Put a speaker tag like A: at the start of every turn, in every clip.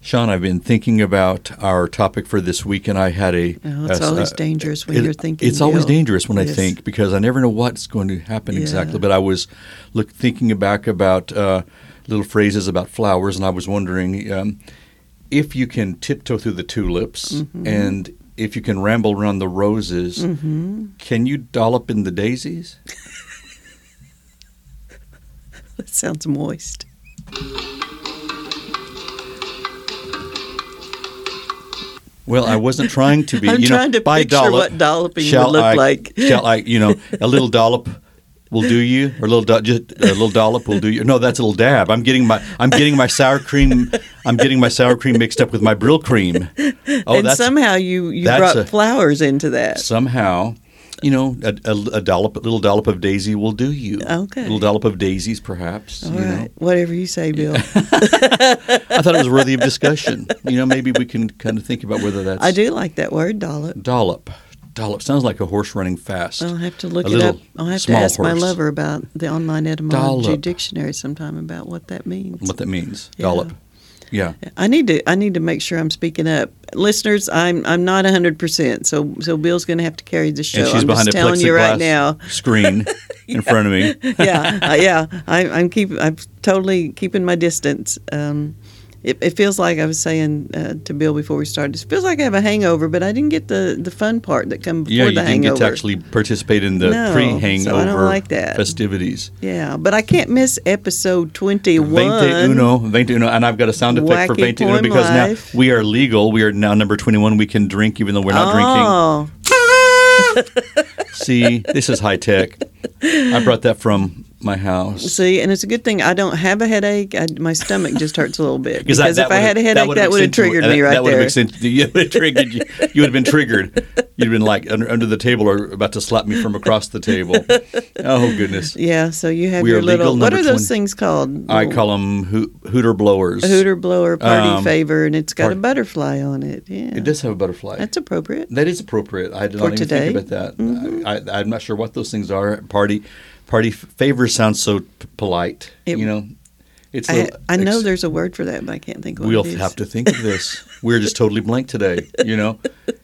A: Sean, I've been thinking about our topic for this week, and I had a.
B: Oh, it's
A: a-
B: always dangerous when you're thinking
A: It's always
B: ill.
A: dangerous when I
B: Yes.
A: think because I never know what's going to happen
B: Yeah.
A: exactly. But I was look thinking back about uh, little phrases about flowers, and I was wondering um, if you can tiptoe through the tulips
B: Mm-hmm.
A: and if you can ramble around the roses,
B: Mm-hmm.
A: can you dollop in the daisies?
B: That sounds moist.
A: Well, I wasn't trying to be.
B: I'm
A: you know,
B: trying to
A: by
B: picture
A: dollop,
B: what dolloping
A: shall
B: would look
A: I,
B: like.
A: Shall I? You know, a little dollop will do you, or a little do, just a little dollop will do you. No, that's a little dab. I'm getting my I'm getting my sour cream. I'm getting my sour cream mixed up with my Brill cream. Oh,
B: and
A: that's
B: somehow you, you
A: that's
B: brought
A: a-
B: flowers into that.
A: somehow. You know, a, a, a dollop, a little dollop of daisy will do you.
B: Okay.
A: A little dollop of daisies, perhaps.
B: All
A: you know,
B: right. Whatever you say, Bill.
A: I thought it was worthy of discussion. You know, maybe we can kind of think about whether that's
B: I do like that word, dollop.
A: dollop. Dollop sounds like a horse running fast.
B: I'll have to look
A: A
B: it
A: little
B: up. I'll have to
A: small
B: ask my
A: horse.
B: lover about the online etymology
A: Dollop.
B: dictionary sometime about what that means.
A: what that means.
B: Yeah.
A: Dollop. Yeah.
B: I need to I need to make sure I'm speaking up. Listeners, I'm I'm not 100%. So so Bill's going to have to carry the show.
A: And she's
B: I'm
A: behind
B: just
A: a
B: telling
A: plexiglass
B: you right now.
A: screen in front of me.
B: yeah, uh, yeah. I, I'm keep. I'm totally keeping my distance. Um, it, it feels like I was saying uh, to Bill before we started. It feels like I have a hangover, but I didn't get the, the fun part that come before
A: Yeah, you
B: the
A: didn't get
B: hangover.
A: to actually participate in the
B: No, so I don't
A: pre-hangover
B: like that.
A: festivities.
B: yeah, but I can't miss episode twenty-one.
A: Veinte uno, veinte uno, and I've got a sound effect for
B: Wacky
A: veinte uno
B: Porn
A: because
B: Life.
A: now we are legal. We are now number twenty-one. We can drink even though we're not
B: oh,
A: drinking. See, this is high tech. I brought that from my house.
B: see, and it's a good thing I don't have a headache. I, my stomach just hurts a little bit because
A: that- that
B: if I had a
A: would've-
B: headache, that would have
A: accentu-
B: triggered me
A: that-
B: right
A: that
B: there.
A: would've accentu- you would have triggered you. You would have been triggered. You'd have been like under, under the table or about to slap me from across the table. Oh goodness!
B: yeah, so you have
A: We
B: your
A: are legal
B: little. What
A: number
B: are those
A: 20.
B: things called?
A: I
B: Little-
A: call them hoot, hooter blowers.
B: a hooter blower party
A: Um,
B: favor, and it's got a
A: part-
B: butterfly on it. Yeah,
A: It does have a butterfly.
B: That's appropriate.
A: that is appropriate. I did
B: For
A: not even
B: today. Mm-hmm.
A: think about that. I, I, I'm not sure what those things are. Party, party f- favor sounds so p- polite.
B: It-
A: you know, it's.
B: I,
A: a-
B: I know
A: it's-
B: there's a word for that, but I can't think of what
A: We'll
B: it is.
A: have to think of this. We're just totally blank today. You know,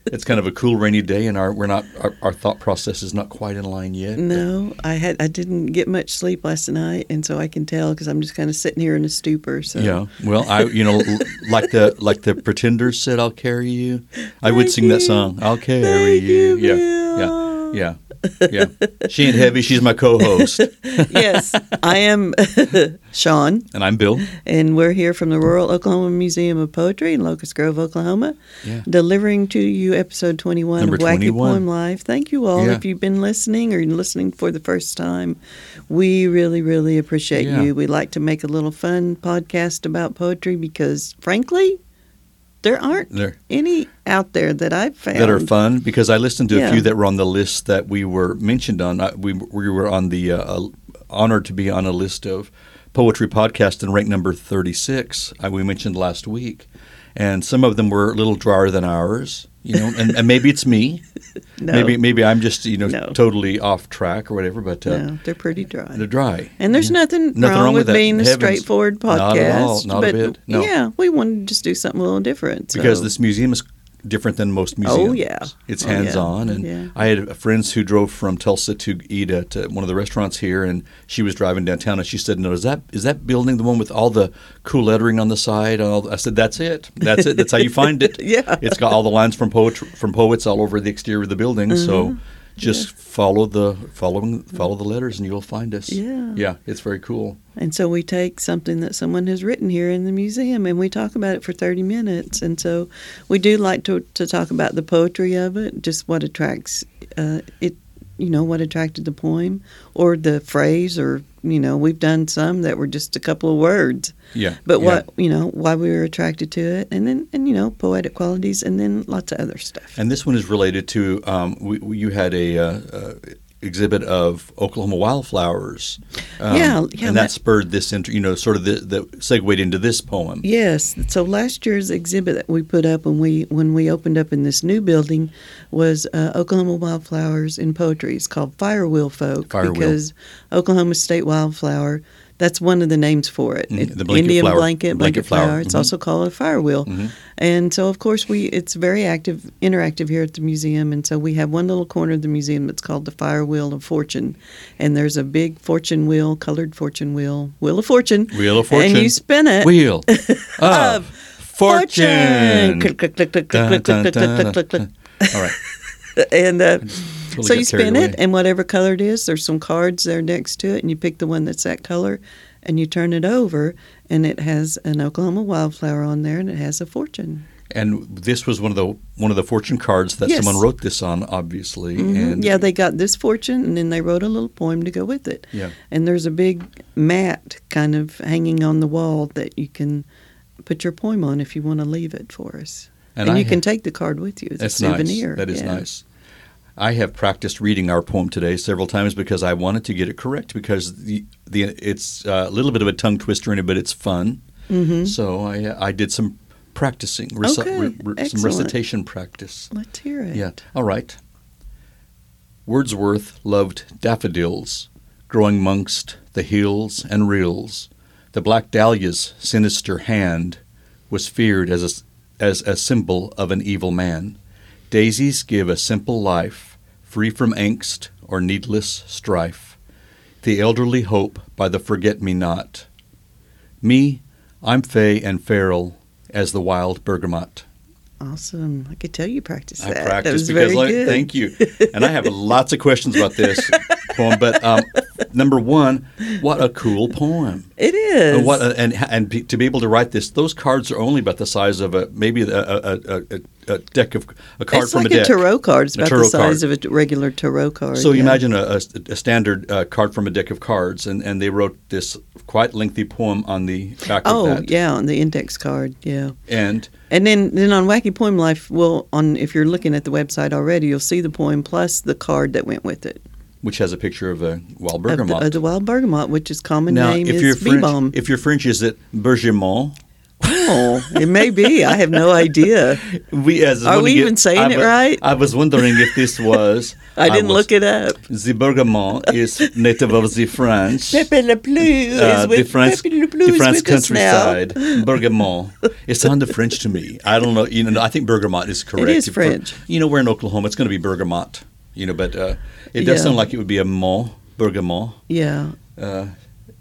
A: it's kind of a cool rainy day, and our we're not our, our thought process is not quite in line yet.
B: No, I had I didn't get much sleep last night, and so I can tell because I'm just kind of sitting here in a stupor. So
A: Yeah. Well, I you know l- like the like the Pretenders said, "I'll carry you." I would
B: Thank
A: sing that
B: you.
A: song. I'll carry
B: Thank
A: you.
B: you,
A: yeah.
B: Bill.
A: Yeah. Yeah. Yeah. She ain't heavy. She's my co-host,
B: yes, I am Sean,
A: and I'm Bill.
B: and we're here from the Rural Oklahoma Museum of Poetry in Locust Grove, Oklahoma,
A: Yeah.
B: delivering to you episode 21
A: Number
B: of Wacky
A: 21.
B: Poem Live. Thank you all
A: Yeah.
B: if you've been listening or listening for the first time. We really, really appreciate
A: Yeah.
B: you. We like to make a little fun podcast about poetry because, frankly, there aren't
A: There
B: any out there that I've found
A: that are fun because I listened to a
B: Yeah.
A: few that were on the list that we were mentioned on. I, we we were on the uh, uh, honored to be on a list of poetry podcasts in rank number thirty six. Uh, we mentioned last week, and some of them were a little drier than ours. You know, and, and maybe it's me.
B: No,
A: Maybe maybe I'm just you know
B: No.
A: totally off track or whatever. But uh,
B: no, they're pretty dry.
A: they're dry.
B: and there's nothing,
A: Nothing wrong with that.
B: being a
A: Heavens,
B: straightforward podcast.
A: not at all, not a
B: but
A: bit, no.
B: Yeah, we wanted to just do something a little different. so-
A: because this museum is different than most museums.
B: Oh, yeah.
A: it's
B: Oh, yeah.
A: hands on. And
B: Yeah.
A: I had friends who drove from Tulsa to eat at uh, one of the restaurants here, and she was driving downtown, and she said, "No, is that is that building the one with all the cool lettering on the side?" And all the, I said, "That's it. That's it. That's how you find it.
B: Yeah.
A: it's got all the lines from poetry, from poets all over the exterior of the building. So."
B: Mm-hmm.
A: Just follow the following follow the letters and you'll find us.
B: Yeah.
A: yeah, it's very cool.
B: And so we take something that someone has written here in the museum and we talk about it for 30 minutes. And so we do like to, to talk about the poetry of it, just what attracts uh, it, you know, what attracted the poem or the phrase, or, you know, we've done some that were just a couple of words.
A: Yeah,
B: But
A: yeah.
B: what, you know, why we were attracted to it, and then, and, you know, poetic qualities, and then lots of other stuff.
A: And this one is related to um, we, we, you had a uh, uh, exhibit of Oklahoma wildflowers. Um,
B: Yeah, yeah,
A: and that,
B: that-
A: spurred this into you know sort of the, the segued into this poem.
B: Yes. So last year's exhibit that we put up when we when we opened up in this new building was uh, Oklahoma wildflowers in poetry. It's called Firewheel Folk
A: Firewheel.
B: because Oklahoma State wildflower that's one of the names for it.
A: Mhm,
B: It-
A: the blanket
B: Indian
A: flower.
B: blanket, blanket,
A: Blanket
B: flower.
A: flower,
B: It's
A: mhm.
B: also called a fire wheel.
A: Mhm.
B: And so, of course, we it's very active, interactive here at the museum. And so we have one little corner of the museum that's called the Fire Wheel of Fortune. And there's a big fortune wheel, colored fortune wheel, wheel of fortune.
A: Wheel of
B: And you
A: Fortune.
B: spin it.
A: Wheel of Fortune.
B: Click, click, click, click, click,
A: Dun,
B: click,
A: dun,
B: click, click,
A: dun.
B: click, click, click.
A: All right.
B: And uh,
A: Totally
B: so
A: got
B: you
A: carried
B: spin
A: away.
B: it, and whatever color it is, there's some cards there next to it, and you pick the one that's that color, and you turn it over, and it has an Oklahoma wildflower on there, and it has a fortune.
A: And this was one of the one of the fortune cards that
B: Yes. Mm-hmm.
A: someone wrote this on, obviously. And
B: yeah, they got this fortune, and then they wrote a little poem to go with it.
A: Yeah.
B: And there's a big mat kind of hanging on the wall that you can put your poem on if you want to leave it for us. And,
A: I
B: you
A: ha-
B: can take the card with you as
A: that's
B: a souvenir.
A: Nice. That is
B: Yeah.
A: nice. I have practiced reading our poem today several times because I wanted to get it correct because the the it's a little bit of a tongue twister in it, but it's fun.
B: Mhm.
A: So I I did some practicing, reci-
B: Okay,
A: re- re- some
B: excellent.
A: recitation practice.
B: Let's hear it.
A: Yeah. All right. Wordsworth loved daffodils growing 'mongst the hills and rills. The black dahlia's sinister hand was feared as a, as a symbol of an evil man. Daisies give a simple life, free from angst or needless strife. The elderly hope by the forget me not. Me, I'm fey and feral as the wild bergamot.
B: Awesome. I could tell you practiced
A: I
B: that. that
A: practice
B: was
A: because
B: very
A: like,
B: good.
A: thank you. And I have lots of questions about this poem, but um, number one, what a cool poem!
B: It is.
A: And what a, and and be- to be able to write this, those cards are only about the size of a maybe a, a, a, a- a deck of a card
B: it's
A: from
B: like
A: a deck.
B: tarot card. It's
A: A
B: about the
A: tarot
B: size
A: card.
B: of a t- regular tarot card.
A: So you
B: yeah.
A: imagine a, a, a standard uh, card from a deck of cards, and, and they wrote this quite lengthy poem on the back
B: Oh
A: of that.
B: yeah, on the index card, yeah.
A: And
B: And then, then on Wacky Poem Life, well, on if you're looking at the website already, you'll see the poem plus the card that went with it
A: which has a picture of a wild
B: of the,
A: bergamot.
B: of the wild bergamot, which is common
A: now,
B: name
A: if
B: is
A: you're French,
B: bomb.
A: if you're French, is it bergamot?
B: Oh, it may be. I have no idea.
A: We as
B: Are
A: one
B: we
A: get-
B: even saying
A: I
B: it
A: wa-
B: right?
A: I was wondering if this was.
B: I didn't
A: was-
B: look it up.
A: The bergamot is native of the French.
B: Pepe Le Bleu is
A: uh,
B: with
A: the France,
B: Pepe Le Bleu
A: the
B: is
A: France
B: with us now.
A: countryside, bergamot. It sounded French to me. I don't know. You know, I think bergamot is correct.
B: is
A: If we're-
B: French.
A: you know, we're in Oklahoma. It's going to be bergamot. You know, but uh, it does
B: Yeah.
A: sound like it would be a mont bergamot.
B: Yeah.
A: Uh,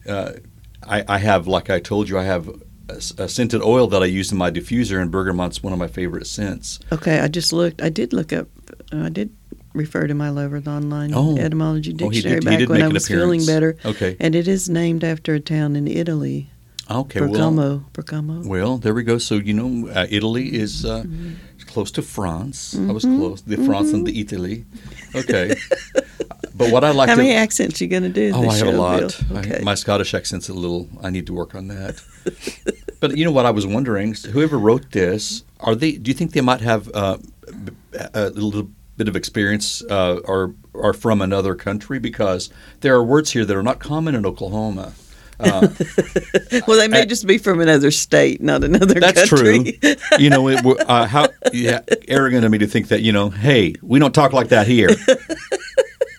A: uh, I, I have, like I told you, I have a, s- a scented oil that I use in my diffuser, and bergamot's one of my favorite scents.
B: Okay, I just looked. I did look up. uh, I did refer to my Lover's online
A: Oh.
B: etymology
A: Oh, he did-
B: dictionary
A: he
B: back
A: did
B: when
A: make
B: I
A: an
B: was feeling
A: appearance.
B: better.
A: Okay.
B: And it is named after a town in Italy,
A: Okay. Well,
B: Bergamo. Bergamo.
A: well, there we go. So you know, uh, Italy is uh, close to France. I was
B: Mm-hmm.
A: close. The France and the Italy. Okay. but what I like
B: How
A: to
B: many accents you going to do? in
A: oh,
B: this
A: I have a
B: show,
A: lot.
B: Bill?
A: I-
B: Okay.
A: my Scottish accent's a little. I need to work on that. but you know what I was wondering? Whoever wrote this, are they? Do you think they might have uh, b- a little bit of experience uh, or are from another country? Because there are words here that are not common in Oklahoma.
B: well, they may
A: I-
B: just be from another state, not another
A: That's
B: country.
A: true. You know, it, w- uh, how yeah, arrogant of me to think that you know, hey, we don't talk like that here.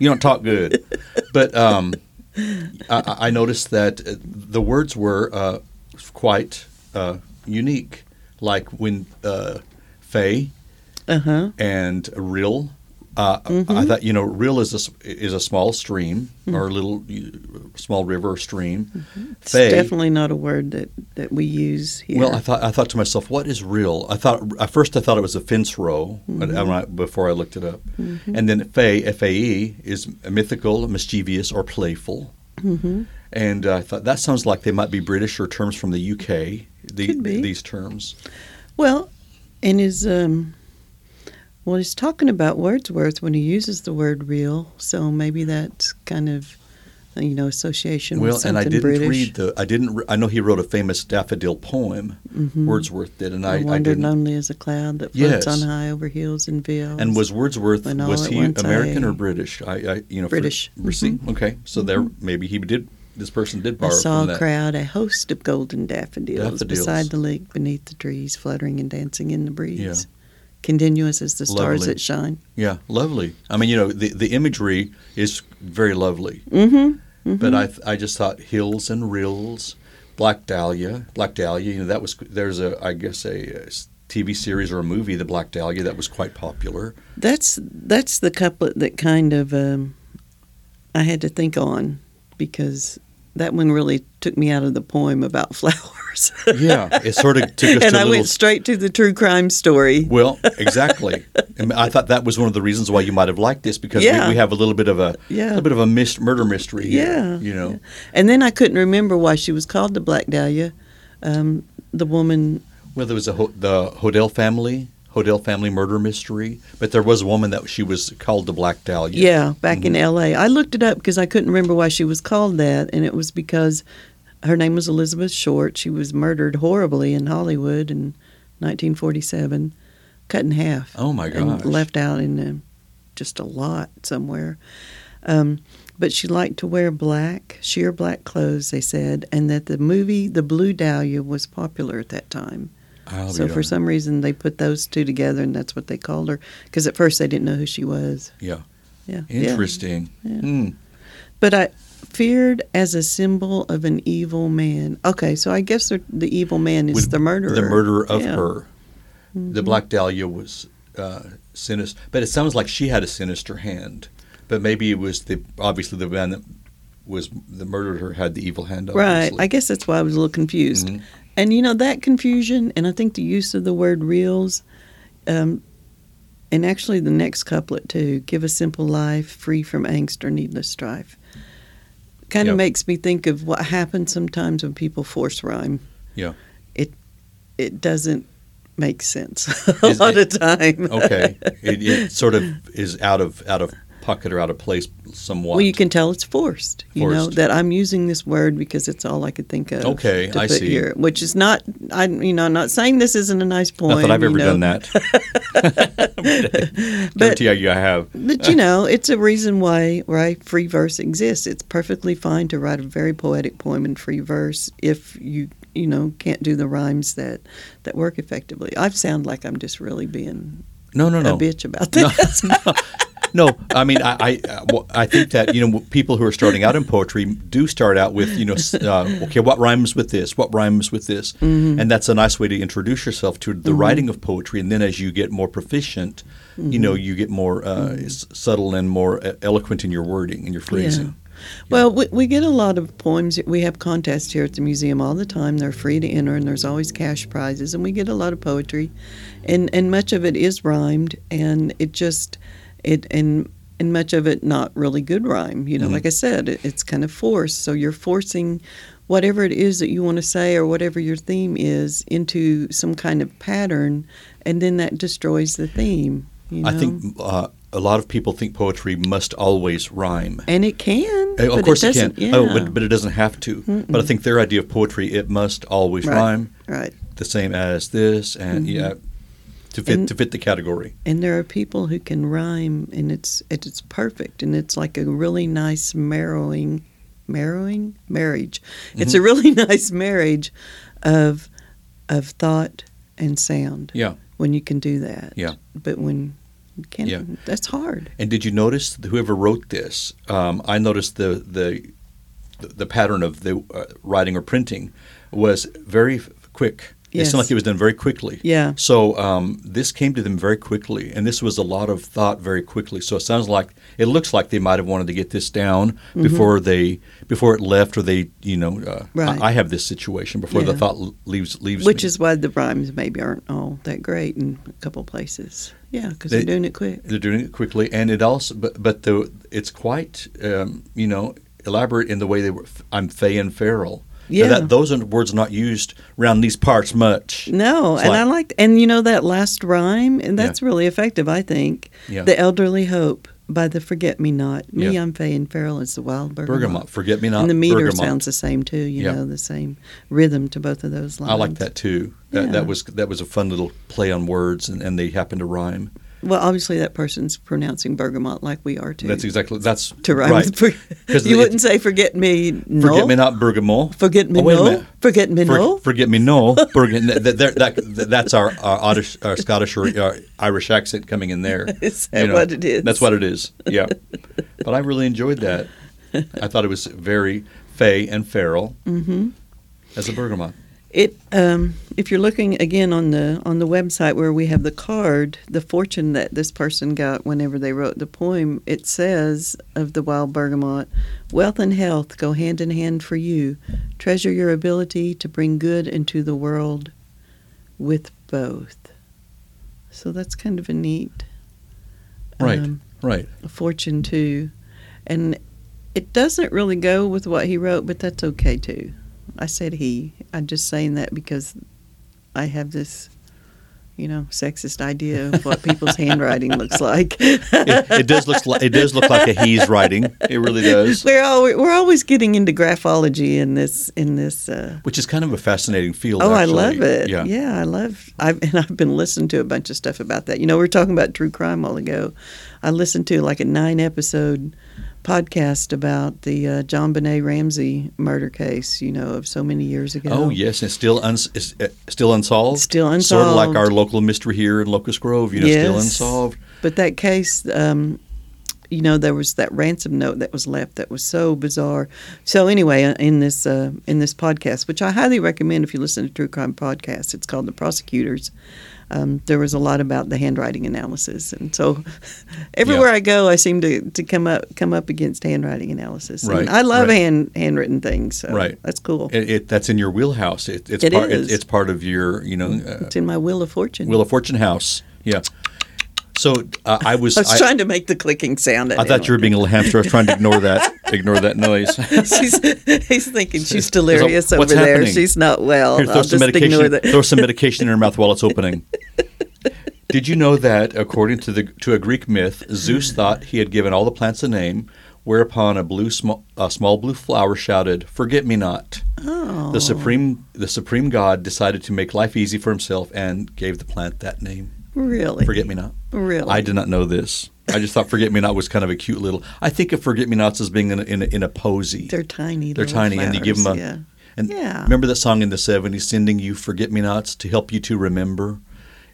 A: you don't talk good, but um, I- I, I noticed that uh, the words were uh, quite uh, unique, like when uh, "fey"
B: Uh huh.
A: and "rill." Uh,
B: Mm-hmm.
A: I thought you know, "rill" is a s- is a small stream or a little uh, small river or stream.
B: Mm-hmm. It's
A: "Fey"
B: definitely not a word that, that we use here.
A: Well, I thought I thought to myself, what is real? I thought at first I thought it was a fence row,
B: Mm-hmm.
A: but I- when I- before I looked it up. And then fae, F A E, is mythical, mischievous, or playful.
B: Mm-hmm.
A: And uh, I thought that sounds like they might be British or terms from the UK. The,
B: Could be.
A: These terms.
B: Well, and his um, well, he's talking about Wordsworth when he uses the word "real," so maybe that's kind of uh, you know association
A: Well,
B: with something
A: and I didn't
B: British.
A: read the. I didn't. Re- I know he wrote a famous daffodil poem.
B: Mm-hmm.
A: Wordsworth did, and I,
B: I,
A: I
B: wandered
A: didn't.
B: lonely as a cloud that
A: Yes.
B: floats on high over hills and vales.
A: And was Wordsworth
B: When all
A: was
B: at
A: he
B: once
A: American
B: I-
A: or British? I, I you know for-
B: British. Mm-hmm.
A: for- see, okay, so there maybe he did. This person did
B: I
A: borrow
B: saw
A: from
B: a
A: that.
B: crowd, a host of golden daffodils,
A: Daffodils.
B: beside the lake, beneath the trees, fluttering and dancing in the breeze.
A: Yeah.
B: Continuous as the stars
A: Lovely.
B: that shine.
A: Yeah, lovely. I mean, you know, the, the imagery is very lovely.
B: Mm-hmm.
A: But I, th- I just thought hills and rills, Black Dahlia, Black Dahlia. You know that was there's a I guess a, uh, s- TV series or a movie, The Black Dahlia, that was quite popular.
B: That's that's the couplet that kind of um, I had to think on because that one really took me out of the poem about flowers,
A: Yeah, it sort of took us
B: and
A: to a
B: I
A: little.
B: went straight to the true crime story.
A: well, exactly. And I thought that was one of the reasons why you might have liked this because
B: Yeah.
A: we, we have a little bit of a
B: Yeah.
A: little bit of a mys- murder mystery. here,
B: Yeah,
A: you know.
B: And then I couldn't remember why she was called the Black Dahlia. Um, the woman,
A: Well, there was a ho- the Hodel family, Hodel family murder mystery, but there was a woman that she was called the Black Dahlia.
B: yeah, back
A: Mm-hmm.
B: in L.A. I looked it up because I couldn't remember why she was called that, and it was because her name was Elizabeth Short. She was murdered horribly in Hollywood in 1947, cut in half.
A: Oh my
B: and
A: gosh.
B: left out in a, just a lot somewhere. Um, but she liked to wear black, sheer black clothes, they said, and that the movie The Blue Dahlia was popular at that time.
A: Oh, I'll
B: so
A: be
B: for
A: darned.
B: some reason they put those two together and that's what they called her because at first they didn't know who she was.
A: Yeah.
B: Yeah. yeah.
A: Interesting.
B: Yeah.
A: Hmm.
B: But I feared as a symbol of an evil man. Okay, so I guess the, the evil man is
A: Would-
B: the murderer.
A: The murderer of
B: Yeah. Mm-hmm.
A: her. The Black Dahlia was uh, sinister, but it sounds like she had a sinister hand. But maybe it was the obviously the man that was that murdered her had the evil hand.
B: Right.
A: Obviously.
B: I guess that's why I was a little confused.
A: Mhm.
B: And you know that confusion, and I think the use of the word reels, um, and actually the next couplet too, "Give a simple life, free from angst or needless strife," kind of
A: Yeah.
B: makes me think of what happens sometimes when people force rhyme.
A: Yeah.
B: It it doesn't make sense a
A: Is
B: lot
A: it-
B: of time.
A: okay. It, it sort of is out of out of pocket or out of place somewhat.
B: Well, you can tell it's forced. You know
A: Forced.
B: that I'm using this word because it's all I could think of.
A: Okay,
B: to
A: I
B: put
A: see.
B: Here, which is not. I you know, I'm not saying this isn't a nice poem.
A: Not that I've
B: you
A: ever
B: know,
A: done that. uh,
B: But
A: Guarantee you I have.
B: but you know, it's a reason why right free verse exists. It's perfectly fine to write a very poetic poem in free verse if you you know can't do the rhymes that that work effectively. I sound like I'm just really being
A: No, no, no.
B: a bitch about
A: No,
B: this.
A: no, no. I mean, I, I, uh, well, I think that you know, people who are starting out in poetry do start out with you know, s- uh, okay, what rhymes with this? What rhymes with this?
B: Mm-hmm.
A: And that's a nice way to introduce yourself to the writing of poetry. And then as you get more proficient, you
B: Mm-hmm.
A: know, you get more uh, s- subtle and more uh, eloquent in your wording and your phrasing.
B: Well, we, we get a lot of poems. We have contests here at the museum all the time. They're free to enter, and there's always cash prizes. And we get a lot of poetry, and and much of it is rhymed, and it just it and and much of it not really good rhyme. You know,
A: Mm-hmm.
B: like I said, it, it's kind of forced. So you're forcing whatever it is that you want to say or whatever your theme is into some kind of pattern, and then that destroys the theme. You know?
A: I think uh, a lot of people think poetry must always rhyme.
B: and it can.
A: Uh,
B: but
A: of course
B: it,
A: it, can.
B: doesn't. Yeah.
A: Oh, but, but it doesn't have to. But I think their idea of poetry, it must always
B: Right.
A: rhyme.
B: right.
A: the same as this and yeah to fit
B: Mm-hmm. And-
A: to fit the category
B: And there are people who can rhyme, and it's it's perfect, and it's like a really nice marrowing, marrowing marriage. It's
A: Mm-hmm.
B: a really nice marriage of of thought and sound.
A: Yeah.
B: when you can do that.
A: Yeah.
B: but when you can't,
A: Yeah.
B: that's hard.
A: and did you notice that whoever wrote this um, i noticed the the the pattern of the uh, writing or printing was very f- quick it
B: Yes.
A: seemed like it was done very quickly
B: Yeah.
A: so um, this came to them very quickly and this was a lot of thought very quickly so it sounds like it looks like they might have wanted to get this down
B: Mm-hmm.
A: before they before it left or they you know uh,
B: Right.
A: I, I have this situation before the
B: Yeah.
A: thought l- leaves leaves
B: Which
A: me.
B: is why the rhymes maybe aren't all that great in a couple places. Yeah, because
A: They-
B: they're doing it quick.
A: they're doing it quickly, and it also, but, but the it's quite um, you know elaborate in the way they were. I'm fey and feral. Now,
B: Yeah.
A: that, those are words not used around these parts much.
B: No,
A: It's
B: and
A: like-
B: I liked, and you know that last rhyme, and
A: Yeah.
B: that's really effective, I think.
A: Yeah.
B: The elderly hope by the forget me not. Me,
A: Yeah.
B: I'm Fay and Farrell is the wild bergamot.
A: Bergamot, forget me not.
B: And the meter
A: bergamot.
B: sounds the same too. You
A: Yeah.
B: know, the same rhythm to both of those lines.
A: I like that too. That
B: Yeah.
A: that was that was a fun little play on words, and, and they happen to rhyme.
B: Well, obviously that person's pronouncing bergamot like we are too.
A: That's exactly that's
B: to rhyme
A: right.
B: with for,
A: 'Cause
B: You
A: it-
B: wouldn't say forget me no.
A: Forget me not bergamot.
B: Forget me
A: Oh, wait a
B: no.
A: minute.
B: Forget me
A: For-
B: no.
A: Forget me no. Bergen, that, that, that, that- that's our, our, Oddish, our Scottish or uh, Irish accent coming in there.
B: Is that what it is?
A: That's what it is. Yeah. but I really enjoyed that. I thought it was very fey and feral
B: hmm
A: as a bergamot.
B: It um, if you're looking again on the on the website where we have the card, the fortune that this person got whenever they wrote the poem, it says of the wild bergamot, wealth and health go hand in hand for you. Treasure your ability to bring good into the world with both. So that's kind of a neat
A: Right.
B: um,
A: Right.
B: fortune too. And it doesn't really go with what he wrote, but that's okay too. I said he. I'm just saying that because I have this, you know, sexist idea of what people's handwriting looks like.
A: It, it does look like it does look like a he's writing. It really does,
B: We're always, we're always getting into graphology in this in this. Uh,
A: which is kind of a fascinating field.
B: oh, I
A: actually.
B: love it.
A: Yeah.
B: I love. I've and I've been listening to a bunch of stuff about that. You know, we were talking about true crime all ago. I listened to like a nine episode podcast about the uh, John Benet Ramsey murder case. You know, of so many years ago.
A: Oh yes, it's still uns- it's, uh, still unsolved.
B: Still
A: Sort of like
B: unsolved.
A: our local mystery here in Locust Grove. You know, still
B: Yes.
A: unsolved.
B: But that case, um, you know, there was that ransom note that was left that was so bizarre. So anyway, in this uh, in this podcast, which I highly recommend if you listen to true crime podcasts, it's called The Prosecutors. Um, there was a lot about the handwriting analysis, and so everywhere
A: Yeah.
B: I go, I seem to, to come up come up against handwriting analysis. And
A: Right,
B: I love
A: right.
B: hand handwritten things. So
A: Right.
B: That's cool.
A: It, it, that's in your wheelhouse. It, it's
B: It
A: part.
B: is.
A: it's part of your you know uh,
B: it's in my Wheel of Fortune.
A: Wheel of Fortune house. Yeah. So uh, I was.
B: I was trying to make the clicking sound.
A: I thought you were being a little hamster. I was trying to ignore that. ignore that noise.
B: she's he's thinking she's delirious
A: What's
B: over there.
A: happening?
B: She's not well.
A: Here,
B: I'll
A: throw some
B: just ignore
A: medication.
B: that.
A: Throw some medication in her mouth while it's opening. Did you know that, according to the to a Greek myth, Zeus thought he had given all the plants a name, whereupon a blue small a small blue flower shouted, "Forget me not."
B: Oh,
A: The supreme the supreme god decided to make life easy for himself and gave the plant that name,
B: really?
A: "Forget me not."
B: Really?
A: I did not know this. I just thought "Forget me not" was kind of a cute little. I think of "Forget me nots" as being in a, in a, in a posy.
B: They're tiny.
A: They're
B: little
A: tiny, and you give 'em
B: flowers,
A: a-
B: yeah.
A: And
B: Yeah.
A: remember that song in the 70s, Sending You Forget Me Nots to Help You to Remember?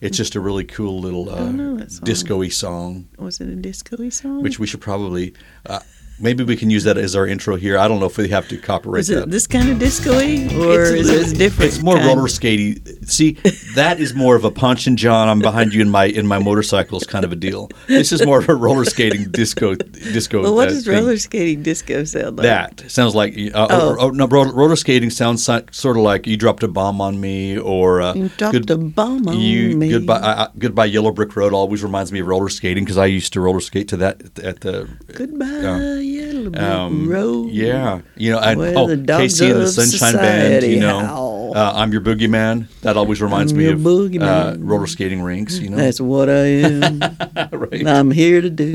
A: It's just a really cool little uh,
B: don't know that song. Mm-hmm.
A: disco y song,
B: Was it a disco song?
A: which we should probably, uh, maybe we can use that as our intro here. I don't know if we have to copyright
B: was it
A: that.
B: this kind of disco or
A: a
B: is
A: little-
B: it different?
A: It's more
B: kind?
A: roller skatey. See, that is more of a Punch and John. I'm behind you in my in my motorcycles kind of a deal. This is more of a roller skating disco disco.
B: Well, what
A: uh,
B: does
A: thing.
B: roller skating disco sound like?
A: That sounds like uh,
B: Oh.
A: oh. no, roller, roller skating sounds si- sort of like you dropped a bomb on me or uh,
B: You dropped a bomb on
A: you,
B: me.
A: Goodbye, I, I, goodbye, Yellow Brick Road always reminds me of roller skating because I used to roller skate to that at the. At the
B: Goodbye,
A: Yeah.
B: yellow brick
A: um,
B: road.
A: Yeah, you know, and,
B: Where
A: oh,
B: the dogs
A: Casey and the
B: of
A: Sunshine Band.
B: society
A: You know,
B: howl.
A: uh, I'm your boogeyman. That always reminds
B: I'm
A: me
B: your
A: of uh,
B: boogeyman.
A: roller skating rinks. You know,
B: That's what I am.
A: right.
B: and I'm here to do.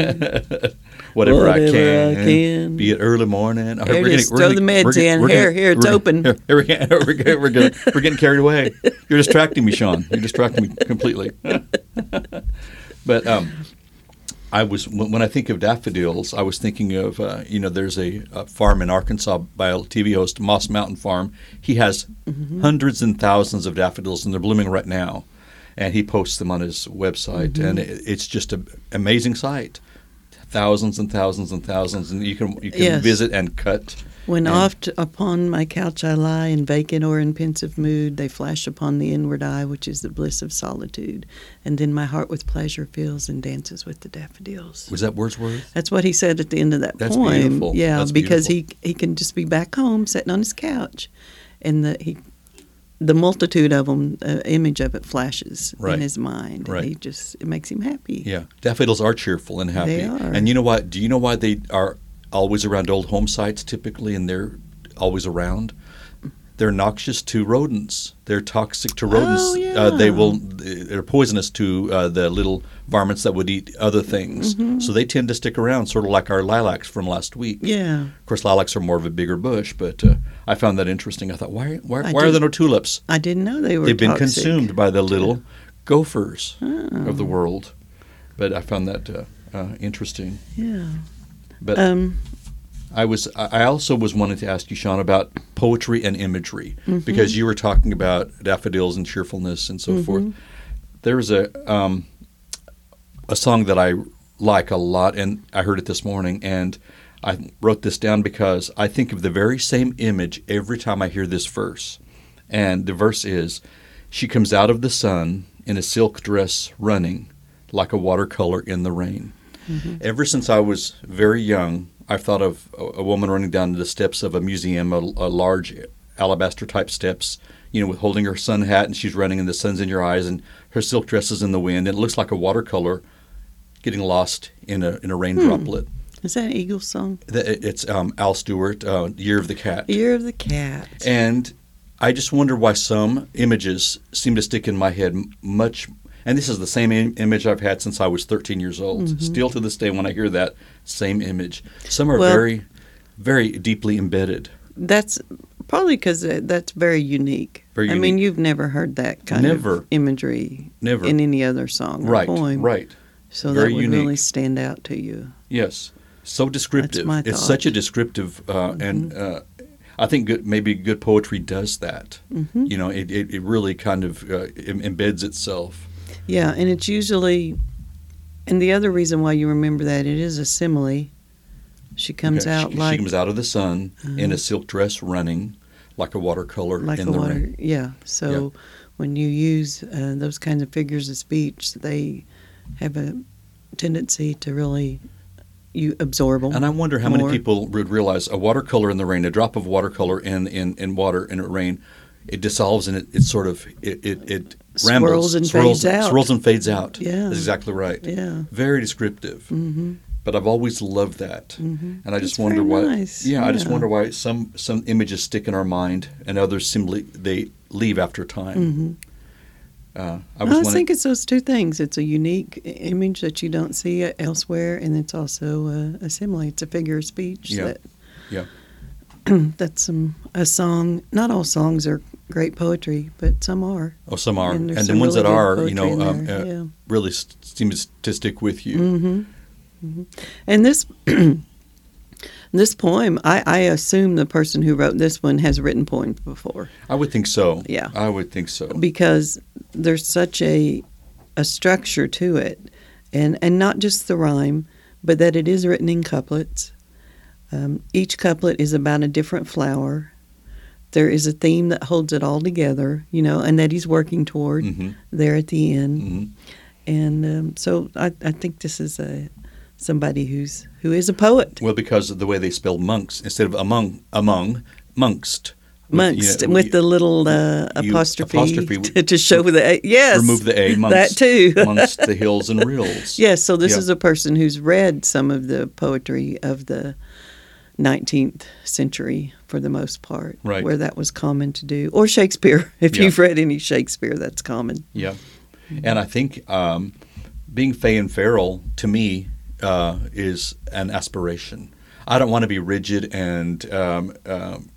A: whatever, I,
B: Whatever
A: can,
B: I can.
A: Be it early morning. Oh, All
B: Here it is. Throw the meds in. Here, here, it's
A: we're,
B: open.
A: Here, here we go. we're, getting, we're, getting, we're getting carried away. You're distracting me, Sean. You're distracting me completely. but um, I was when, when I think of daffodils, I was thinking of uh, you know there's a, a farm in Arkansas by a TV host, Moss Mountain Farm. He has hundreds and thousands of daffodils, and they're blooming right now. And he posts them on his website, and it, it's just an amazing sight. Thousands and thousands and thousands, and you can you can
B: Yes.
A: visit and cut.
B: When
A: And-
B: oft upon my couch I lie in vacant or in pensive mood, they flash upon the inward eye, which is the bliss of solitude. And then my heart with pleasure fills and dances with the daffodils.
A: Was that Wordsworth?
B: That's what he said at the end of that
A: That's
B: poem.
A: beautiful.
B: Yeah,
A: That's
B: because he he can just be back home sitting on his couch, and the he the multitude of them, uh, image of it flashes
A: Right.
B: in his mind,
A: Right.
B: and he just it makes him happy.
A: Yeah, daffodils are cheerful and happy.
B: They are.
A: And you know what? Do you know why they are always around old home sites typically, and they're always around? They're noxious to rodents. They're toxic to rodents.
B: Oh,
A: uh, they
B: yeah.
A: will. They're poisonous to uh, the little varmints that would eat other things. So they tend to stick around, sort of like our lilacs from last week.
B: Mm-hmm. Yeah.
A: Of course, lilacs are more of a bigger bush, but uh, I found that interesting. I thought, why, why,
B: I
A: why are
B: did-
A: there no tulips?
B: I didn't know they were.
A: They've been
B: toxic.
A: consumed by the little gophers
B: Oh,
A: of the world. But I found that uh, uh, interesting.
B: yeah.
A: But
B: Um,
A: I was I I also was wanting to ask you, Sean, about poetry and imagery because you were talking about daffodils and cheerfulness and so forth. There was a um, a song that I like a lot, and I heard it this morning, and I wrote this down because I think of the very same image every time I hear this verse. And the verse is She comes out of the sun in a silk dress running like a watercolor in the rain. Mm-hmm. Ever since I was very young, I've thought of a, a woman running down the steps of a museum, a, a large alabaster type steps, you know, with holding her sun hat and she's running and the sun's in your eyes and her silk dress is in the wind. And it looks like a watercolor getting lost in a, in a rain hmm. droplet.
B: Is that an Eagles song?
A: It's um, Al Stewart, uh, Year of the Cat.
B: Year of the Cat.
A: And I just wonder why some images seem to stick in my head much. And this is the same Im- image I've had since I was 13 years old. Mm-hmm. Still to this day, when I hear that same image, some are well, very, very deeply embedded.
B: That's probably because that's very unique. very unique. I mean, you've never heard that kind
A: never.
B: of imagery
A: never.
B: in any other song
A: right,
B: or poem.
A: Right.
B: So
A: very
B: that would
A: unique.
B: really stand out to you.
A: Yes so descriptive. it's such a descriptive, uh, mm-hmm. and uh, I think good, maybe good poetry does that. Mm-hmm. You know, it, it, it, really kind of uh, embeds itself.
B: Yeah, and it's usually, and the other reason why you remember that it is a simile. She comes okay. out
A: she,
B: like Uh-huh.
A: she comes out of the sun mm-hmm. in a silk dress, running like a watercolor
B: like
A: in
B: a
A: the
B: water,
A: rain.
B: Yeah. So yeah. when you use uh, those kinds of figures of speech, they have a tendency to really you absorb them.
A: And I wonder how
B: more.
A: many people would realize a watercolor in the rain, a drop of watercolor in in, in water in rain, it dissolves and it, it sort of it it, it
B: swirls
A: rambles,
B: and
A: swirls,
B: fades out.
A: Swirls and fades out.
B: Yeah,
A: that's exactly right.
B: Yeah,
A: very descriptive.
B: Mm-hmm.
A: But I've always loved that, mm-hmm. and I just
B: That's
A: wonder
B: very
A: why.
B: nice.
A: Yeah, I
B: Yeah.
A: just wonder why some some images stick in our mind and others simply they leave after time.
B: Mhm.
A: Uh, I
B: I,
A: was wondering-
B: think it's those two things. It's a unique i- image that you don't see uh, elsewhere, and it's also uh, a, a simile. It's a figure of speech.
A: Yeah.
B: That,
A: Yeah.
B: that's some a song. Not all songs are great poetry, but some are.
A: Oh, some are, and,
B: And there's
A: the
B: some
A: ones
B: really
A: that
B: good
A: are, you know,
B: poetry in
A: um,
B: there,
A: uh,
B: yeah.
A: really st- seem to stick with you.
B: hmm hmm And this this poem, I, I assume the person who wrote this one has written poems before.
A: I would think so.
B: Yeah.
A: I would think so.
B: because there's such a a structure to it, and and not just the rhyme, but that it is written in couplets. Um, each couplet is about a different flower. There is a theme that holds it all together, you know, and that he's working toward
A: Mhm.
B: there at the end.
A: Mhm.
B: And um, so I, I think this is a somebody who's who is a poet.
A: Well, because of the way they spell monks instead of among, among, mongst.
B: Amongst
A: you know,
B: with the little uh,
A: you-
B: apostrophe,
A: apostrophe w-
B: to, to show the yes
A: remove the a
B: that
A: monks,
B: too
A: amongst the hills and rills.
B: Yes, so this
A: Yeah.
B: is a person who's read some of the poetry of the 19th century for the most part,
A: Right.
B: where that was common to do. Or Shakespeare. If
A: Yeah.
B: you've read any Shakespeare, that's common.
A: Yeah, and I think um, being Fay and Farrell to me uh, is an aspiration. I don't want to be rigid and um, um,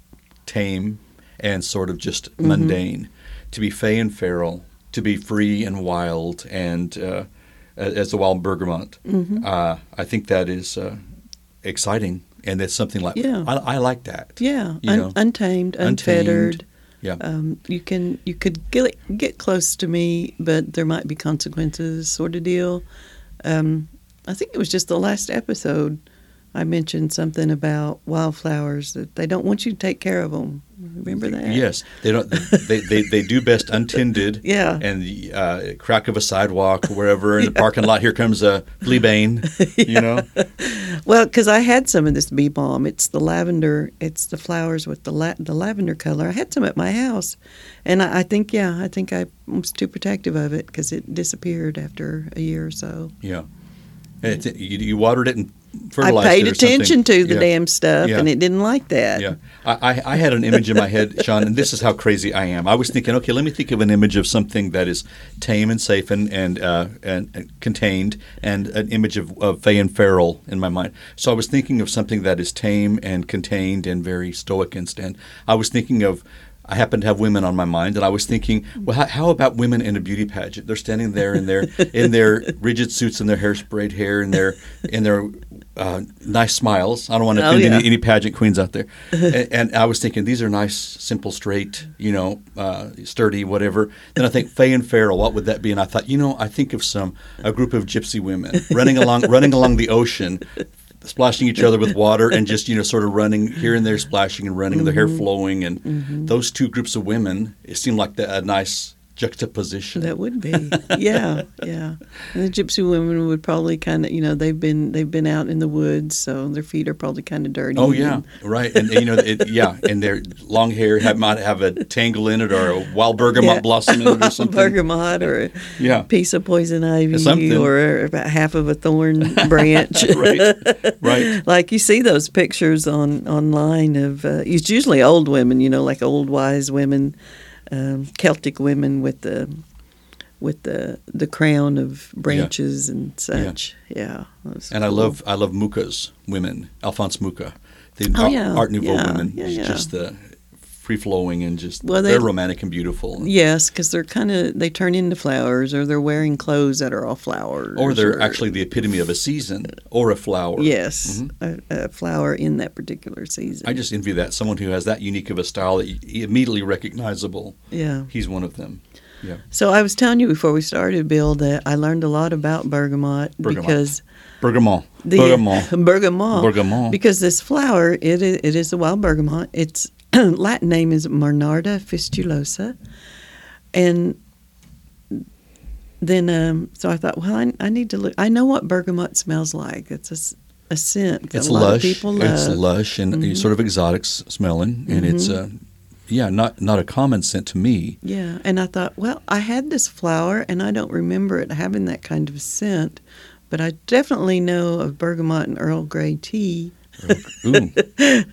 A: tame and sort of just mundane. To be Fay and Farrell, to be free and wild, and uh, a- as the wild bergamot, uh, I think that is uh, exciting, and that's something like
B: Yeah.
A: I, I like that.
B: Yeah,
A: You
B: un-
A: know,
B: untamed, unfettered.
A: Yeah.
B: Um, you can you could get get close to me, but there might be consequences, sort of deal. Um, I think it was just the last episode. I mentioned something about wildflowers that they don't want you to take care of them. Remember that?
A: Yes, they don't. They, they, they do best untended.
B: Yeah.
A: And the uh, crack of a sidewalk, or wherever in the parking lot, here comes a fleabane. You know.
B: Well, because I had some of this bee balm. It's the lavender. It's the flowers with the la- the lavender color. I had some at my house, and I, I think yeah, I think I was too protective of it because it disappeared after a year or so.
A: Yeah. It's, you, you watered it and
B: I
A: fertilized
B: paid
A: it or something.
B: attention to the
A: Yeah.
B: damn stuff,
A: Yeah.
B: and it didn't like that.
A: Yeah, I, I, I had an image in my head, Sean, and this is how crazy I am. I was thinking, okay, let me think of an image of something that is tame and safe and and uh, and, and contained, and an image of, of Fay and Farrell in my mind. So I was thinking of something that is tame and contained and very stoic and stand. I was thinking of. I happened to have women on my mind, and I was thinking, well, how, how about women in a beauty pageant? They're standing there in their in their rigid suits and their hair sprayed hair and their in their uh, nice smiles. I don't want to
B: Oh,
A: offend
B: yeah.
A: any, any pageant queens out there. and, and I was thinking, these are nice, simple, straight, you know, uh, sturdy, whatever. Then I think Fay and Farrell, what would that be? And I thought, you know, I think of some a group of gypsy women running along, running along the ocean. splashing each other with water and just you know sort of running here and there, splashing and running, their hair
B: Mm-hmm.
A: flowing, and those two groups of women. It seemed like the, a nice juxtaposition.
B: That would be, yeah, yeah. And the gypsy women would probably kind of, you know, they've been they've been out in the woods, so their feet are probably kind of dirty.
A: Oh yeah,
B: and-
A: right, and, you know, it, yeah, and their long hair have, might have a tangle in it or a wild bergamot
B: Yeah.
A: blossom in it or something.
B: bergamot or a
A: Yeah,
B: piece of poison ivy
A: Something.
B: or about half of a thorn branch.
A: right, right,
B: like you see those pictures on online of uh, it's usually old women, you know, like old wise women, um, Celtic women with the with the the crown of branches and such. Yeah, Those
A: and I
B: cool.
A: love I love Muka's women, Alphonse Muka, the
B: Oh,
A: Art,
B: yeah,
A: Art Nouveau
B: yeah,
A: women,
B: yeah,
A: It's
B: yeah.
A: just the free flowing and just
B: Well,
A: they, are
B: they-
A: romantic and beautiful.
B: Yes, because they're kind of they turn into flowers, or they're wearing clothes that are all flowers,
A: Or they're actually the epitome of a season or a flower.
B: yes, a, a flower in that particular season.
A: Mm-hmm. I just envy that someone who has that unique of a style that y- immediately recognizable.
B: yeah.
A: He's one of them. Yeah.
B: So I was telling you before we started, Bill, that I learned a lot about bergamot,
A: Bergamot.
B: because
A: Bergamot.
B: the
A: Bergamot.
B: bergamot,
A: Bergamot.
B: because this flower it is, it is the wild bergamot. Its Latin name is Monarda fistulosa, and then um, so I thought, well, I, I need to look. I know what bergamot smells like. It's a, s- a scent that
A: it's
B: a lot
A: lush.
B: of people love. Mm-hmm.
A: It's lush and it's sort of exotic s- smelling, and it's uh, yeah, not not a common scent to me.
B: Yeah, and I thought, well, I had this flower and I don't remember it having that kind of scent, but I definitely know of bergamot and Earl Grey tea
A: Ooh,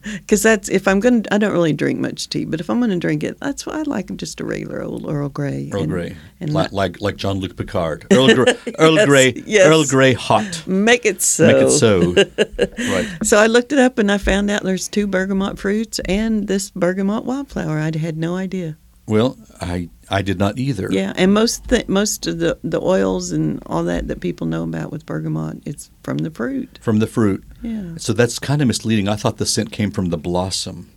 B: because that's if I'm going to, I don't really drink much tea, but if I'm going to drink it, that's why I like just a regular old Earl Grey.
A: Earl
B: and-
A: Grey,
B: And
A: like,
B: not-
A: like like John Luke Picard. Earl Grey, Earl
B: Yes,
A: Grey,
B: yes.
A: Earl Grey hot.
B: make it so.
A: Make it so. right.
B: So I looked it up and I found out there's two bergamot fruits and this bergamot wildflower. I had no idea.
A: Well, I I did not either.
B: Yeah, and most th- most of the, the oils and all that that people know about with bergamot, it's from the fruit.
A: From the fruit.
B: Yeah.
A: So that's kind of misleading. I thought the scent came from the blossom,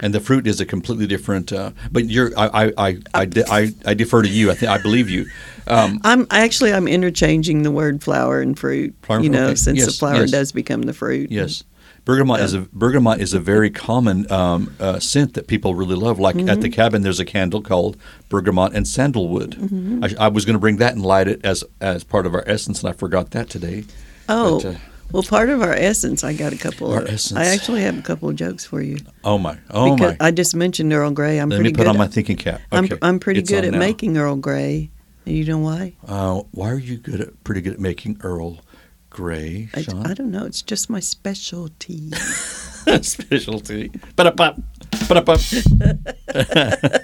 A: and the fruit is a completely different. Uh, but you're, I, I, I, I, de- I, I defer to you. I think I believe you. Um,
B: I'm actually I'm interchanging the word flower and fruit.
A: Flower-
B: you know,
A: okay.
B: since the
A: Yes,
B: flower
A: yes.
B: does become the fruit.
A: yes, bergamot is a bergamot is a very common um, uh, scent that people really love. Like at
B: Mm-hmm.
A: the cabin, there's a candle called bergamot and sandalwood.
B: Mm-hmm.
A: I, sh- I was going to bring that and light it as as part of our essence, and I forgot that today.
B: Oh.
A: But, uh,
B: well, part of our essence, I got a couple.
A: Our
B: of,
A: essence.
B: I actually have a couple of jokes for you.
A: oh my! Oh
B: because
A: my!
B: I just mentioned Earl Grey. I'm
A: Let
B: pretty
A: me put
B: good.
A: on my
B: at-
A: thinking cap.
B: I'm,
A: Okay,
B: I'm pretty
A: it's
B: good
A: on
B: at
A: now.
B: making Earl Grey. And You know why?
A: Uh, why are you good at pretty good at making Earl Grey,
B: I,
A: Sean?
B: I don't know. It's just my specialty.
A: Specialty. Ba-da-pop. Ba-da-pop.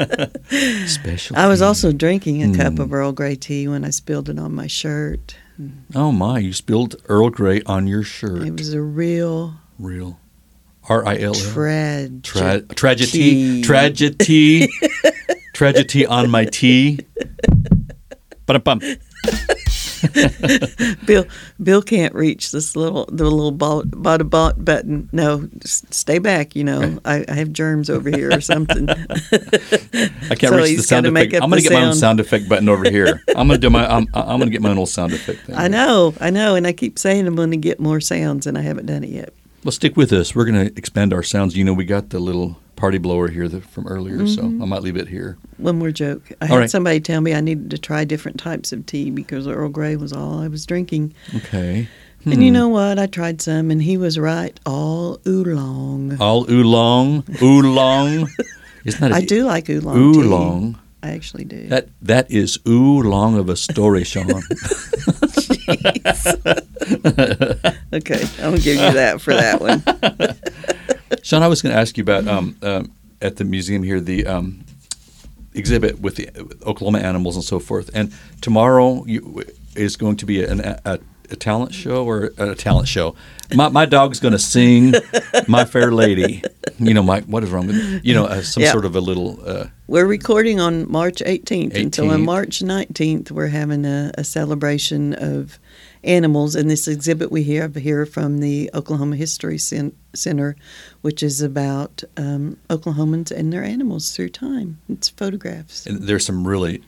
A: Specialty.
B: I was also drinking a
A: Hmm.
B: cup of Earl Grey tea when I spilled it on my shirt.
A: Oh my! You spilled Earl Grey on your shirt.
B: It was a real
A: Real. R I L L.
B: tragedy.
A: Tra- Tragedy. Tragedy. Tragedy on my tea. Ba-da-pum.
B: Bill Bill can't reach this little the little bot, bot, bot button. No, s- stay back. You know, I, I have germs over here or something.
A: I can't
B: So
A: reach the
B: he's
A: sound
B: gotta make
A: effect.
B: up
A: I'm gonna
B: the
A: get my own
B: sound.
A: sound effect button over here. I'm gonna do my. I'm, I'm gonna get my own little sound effect thing.
B: I know, I know, and I keep saying I'm going to get more sounds, and I haven't done it yet.
A: Well, stick with us. We're going to expand our sounds. You know, we got the little party blower here that, from earlier, so
B: Mm-hmm.
A: I might leave it here.
B: One more joke. I
A: All
B: had
A: right.
B: somebody tell me I needed to try different types of tea because Earl Grey was all I was drinking.
A: Okay.
B: And
A: Hmm.
B: you know what? I tried some, and he was right. All oolong.
A: All oolong, oolong. Isn't that a-
B: I do like oolong.
A: oolong?
B: Tea. I actually do.
A: That that is oolong of a story, Sean.
B: okay, I'm gonna give you that for that one.
A: Sean, I was going to ask you about um, um, at the museum here the um, exhibit with the uh, Oklahoma animals and so forth. And tomorrow you, is going to be an, a, a talent show or a talent show. My, my dog's going to sing "My Fair Lady." You know, Mike. What is wrong with you know uh, some
B: Yeah.
A: sort of a little uh,
B: We're recording on March 18th, and so
A: 18th.
B: on March 19th, we're having a, a celebration of animals. And this exhibit we have here from the Oklahoma History Cen- Center, which is about um, Oklahomans and their animals through time. It's photographs.
A: and there's some really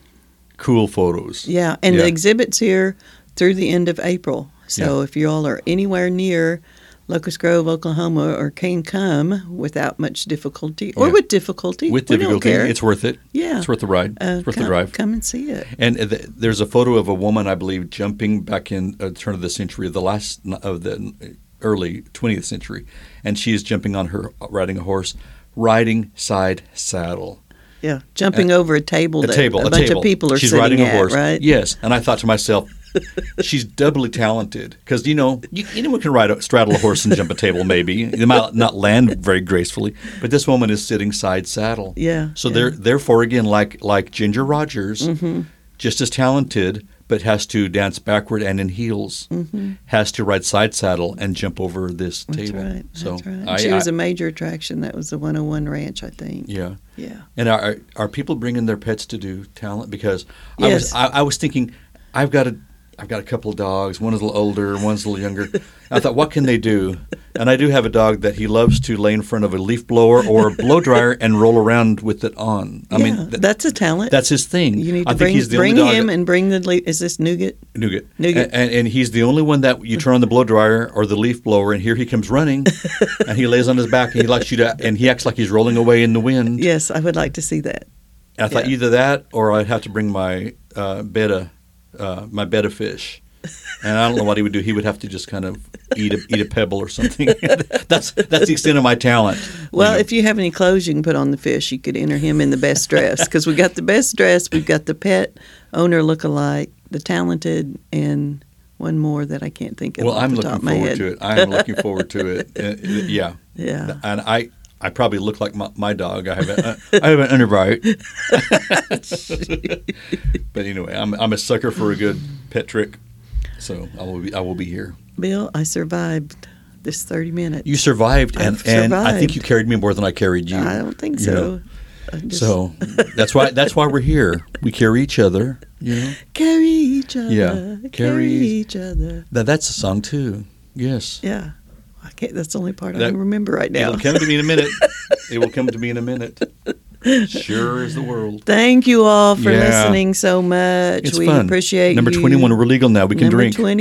A: cool photos.
B: Yeah, and
A: Yeah.
B: the exhibit's here through the end of April. So if you all are anywhere near Locust Grove, Oklahoma, or can come without much difficulty or
A: Yeah.
B: with difficulty.
A: With
B: We don't
A: difficulty,
B: care.
A: it's worth it.
B: yeah,
A: It's worth the ride.
B: Uh,
A: it's worth
B: come,
A: the drive.
B: Come and see it.
A: And uh, th- there's a photo of a woman, I believe, jumping back in uh, turn of the century, the last n- of the early 20th century, and she is jumping on her riding a horse, riding side saddle.
B: Yeah, jumping over a table.
A: Uh, A
B: that
A: table,
B: a,
A: a,
B: bunch
A: table.
B: of people are
A: She's
B: sitting
A: riding a
B: at,
A: horse,
B: right?
A: Yes, and I thought to myself, she's doubly talented because you know you, anyone can ride a, straddle a horse and jump a table. Maybe they might not land very gracefully, but this woman is sitting side saddle.
B: Yeah,
A: So
B: yeah. Mm-hmm.
A: there, therefore, again, like like Ginger Rogers, just as talented, but has to dance backward and in heels, has to ride side saddle and jump over this
B: Mm-hmm. That's
A: table.
B: right. That's
A: so
B: right.
A: I,
B: she was
A: I-
B: a major attraction. That was the 101 Ranch, I think.
A: yeah.
B: Yeah.
A: And are- are are people bringing their pets to do talent? Because I
B: Yes.
A: was I, I was thinking, I've got a I've got a couple of dogs. One is a little older, one's a little younger. I thought, what can they do? And I do have a dog that he loves to lay in front of a leaf blower or a blow dryer and roll around with it on. I mean,
B: Yeah,
A: th-
B: that's a talent.
A: that's his thing.
B: you need
A: I think
B: to bring
A: he's the
B: bring
A: only dog
B: him
A: that-
B: and bring the le- is this nougat?
A: nougat.
B: Nougat.
A: A- And, and he's the only one that you turn on the blow dryer or the leaf blower, and here he comes running, and he lays on his back and he likes you to, and he acts like he's rolling away in the wind.
B: Yes, I would like to see that.
A: And I thought
B: Yeah.
A: either that or I'd have to bring my uh, betta, uh, my betta fish. And I don't know what he would do. He would have to just kind of eat a, eat a pebble or something. that's that's the extent of my talent.
B: Well,
A: know.
B: if you have any clothes you can put on the fish, you could enter him in the best dress because we got the best dress, we've got the pet owner look-alike, the talented, and one more that I can't think of.
A: Well,
B: off
A: I'm
B: the
A: looking
B: top of my
A: forward
B: head.
A: to it. I am looking forward to it. Uh, yeah,
B: Yeah,
A: and I I probably look like my, my dog. I have a, uh, I have an underbite. but anyway, I'm I'm a sucker for a good pet trick. So I will be I will be here.
B: Bill, I survived this 30 minutes.
A: You survived, and,
B: I've
A: and I think
B: survived.
A: you carried me more than I carried you.
B: I don't think
A: you
B: so.
A: know.
B: I just
A: So that's why that's why we're here. We carry each other. You know
B: carry each other.
A: Yeah,
B: carry,
A: carry-
B: each other.
A: that that's a song too. Yes.
B: Yeah. I can't, that's the only part I
A: That-
B: can remember right now.
A: It'll come to me in a minute. it will come to me in a minute. Sure is the world.
B: Thank you all for
A: Yeah.
B: listening so much.
A: It's
B: we
A: fun.
B: appreciate
A: number
B: you.
A: twenty one. We're legal now. We can
B: Number
A: drink. Not like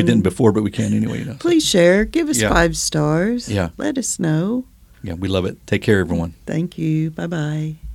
A: we
B: 21.
A: didn't before, but we can anyway. You know.
B: Please share. Give us
A: Yeah.
B: five stars.
A: Yeah.
B: Let us know.
A: Yeah, we love it. Take care, everyone.
B: Thank you. Bye bye.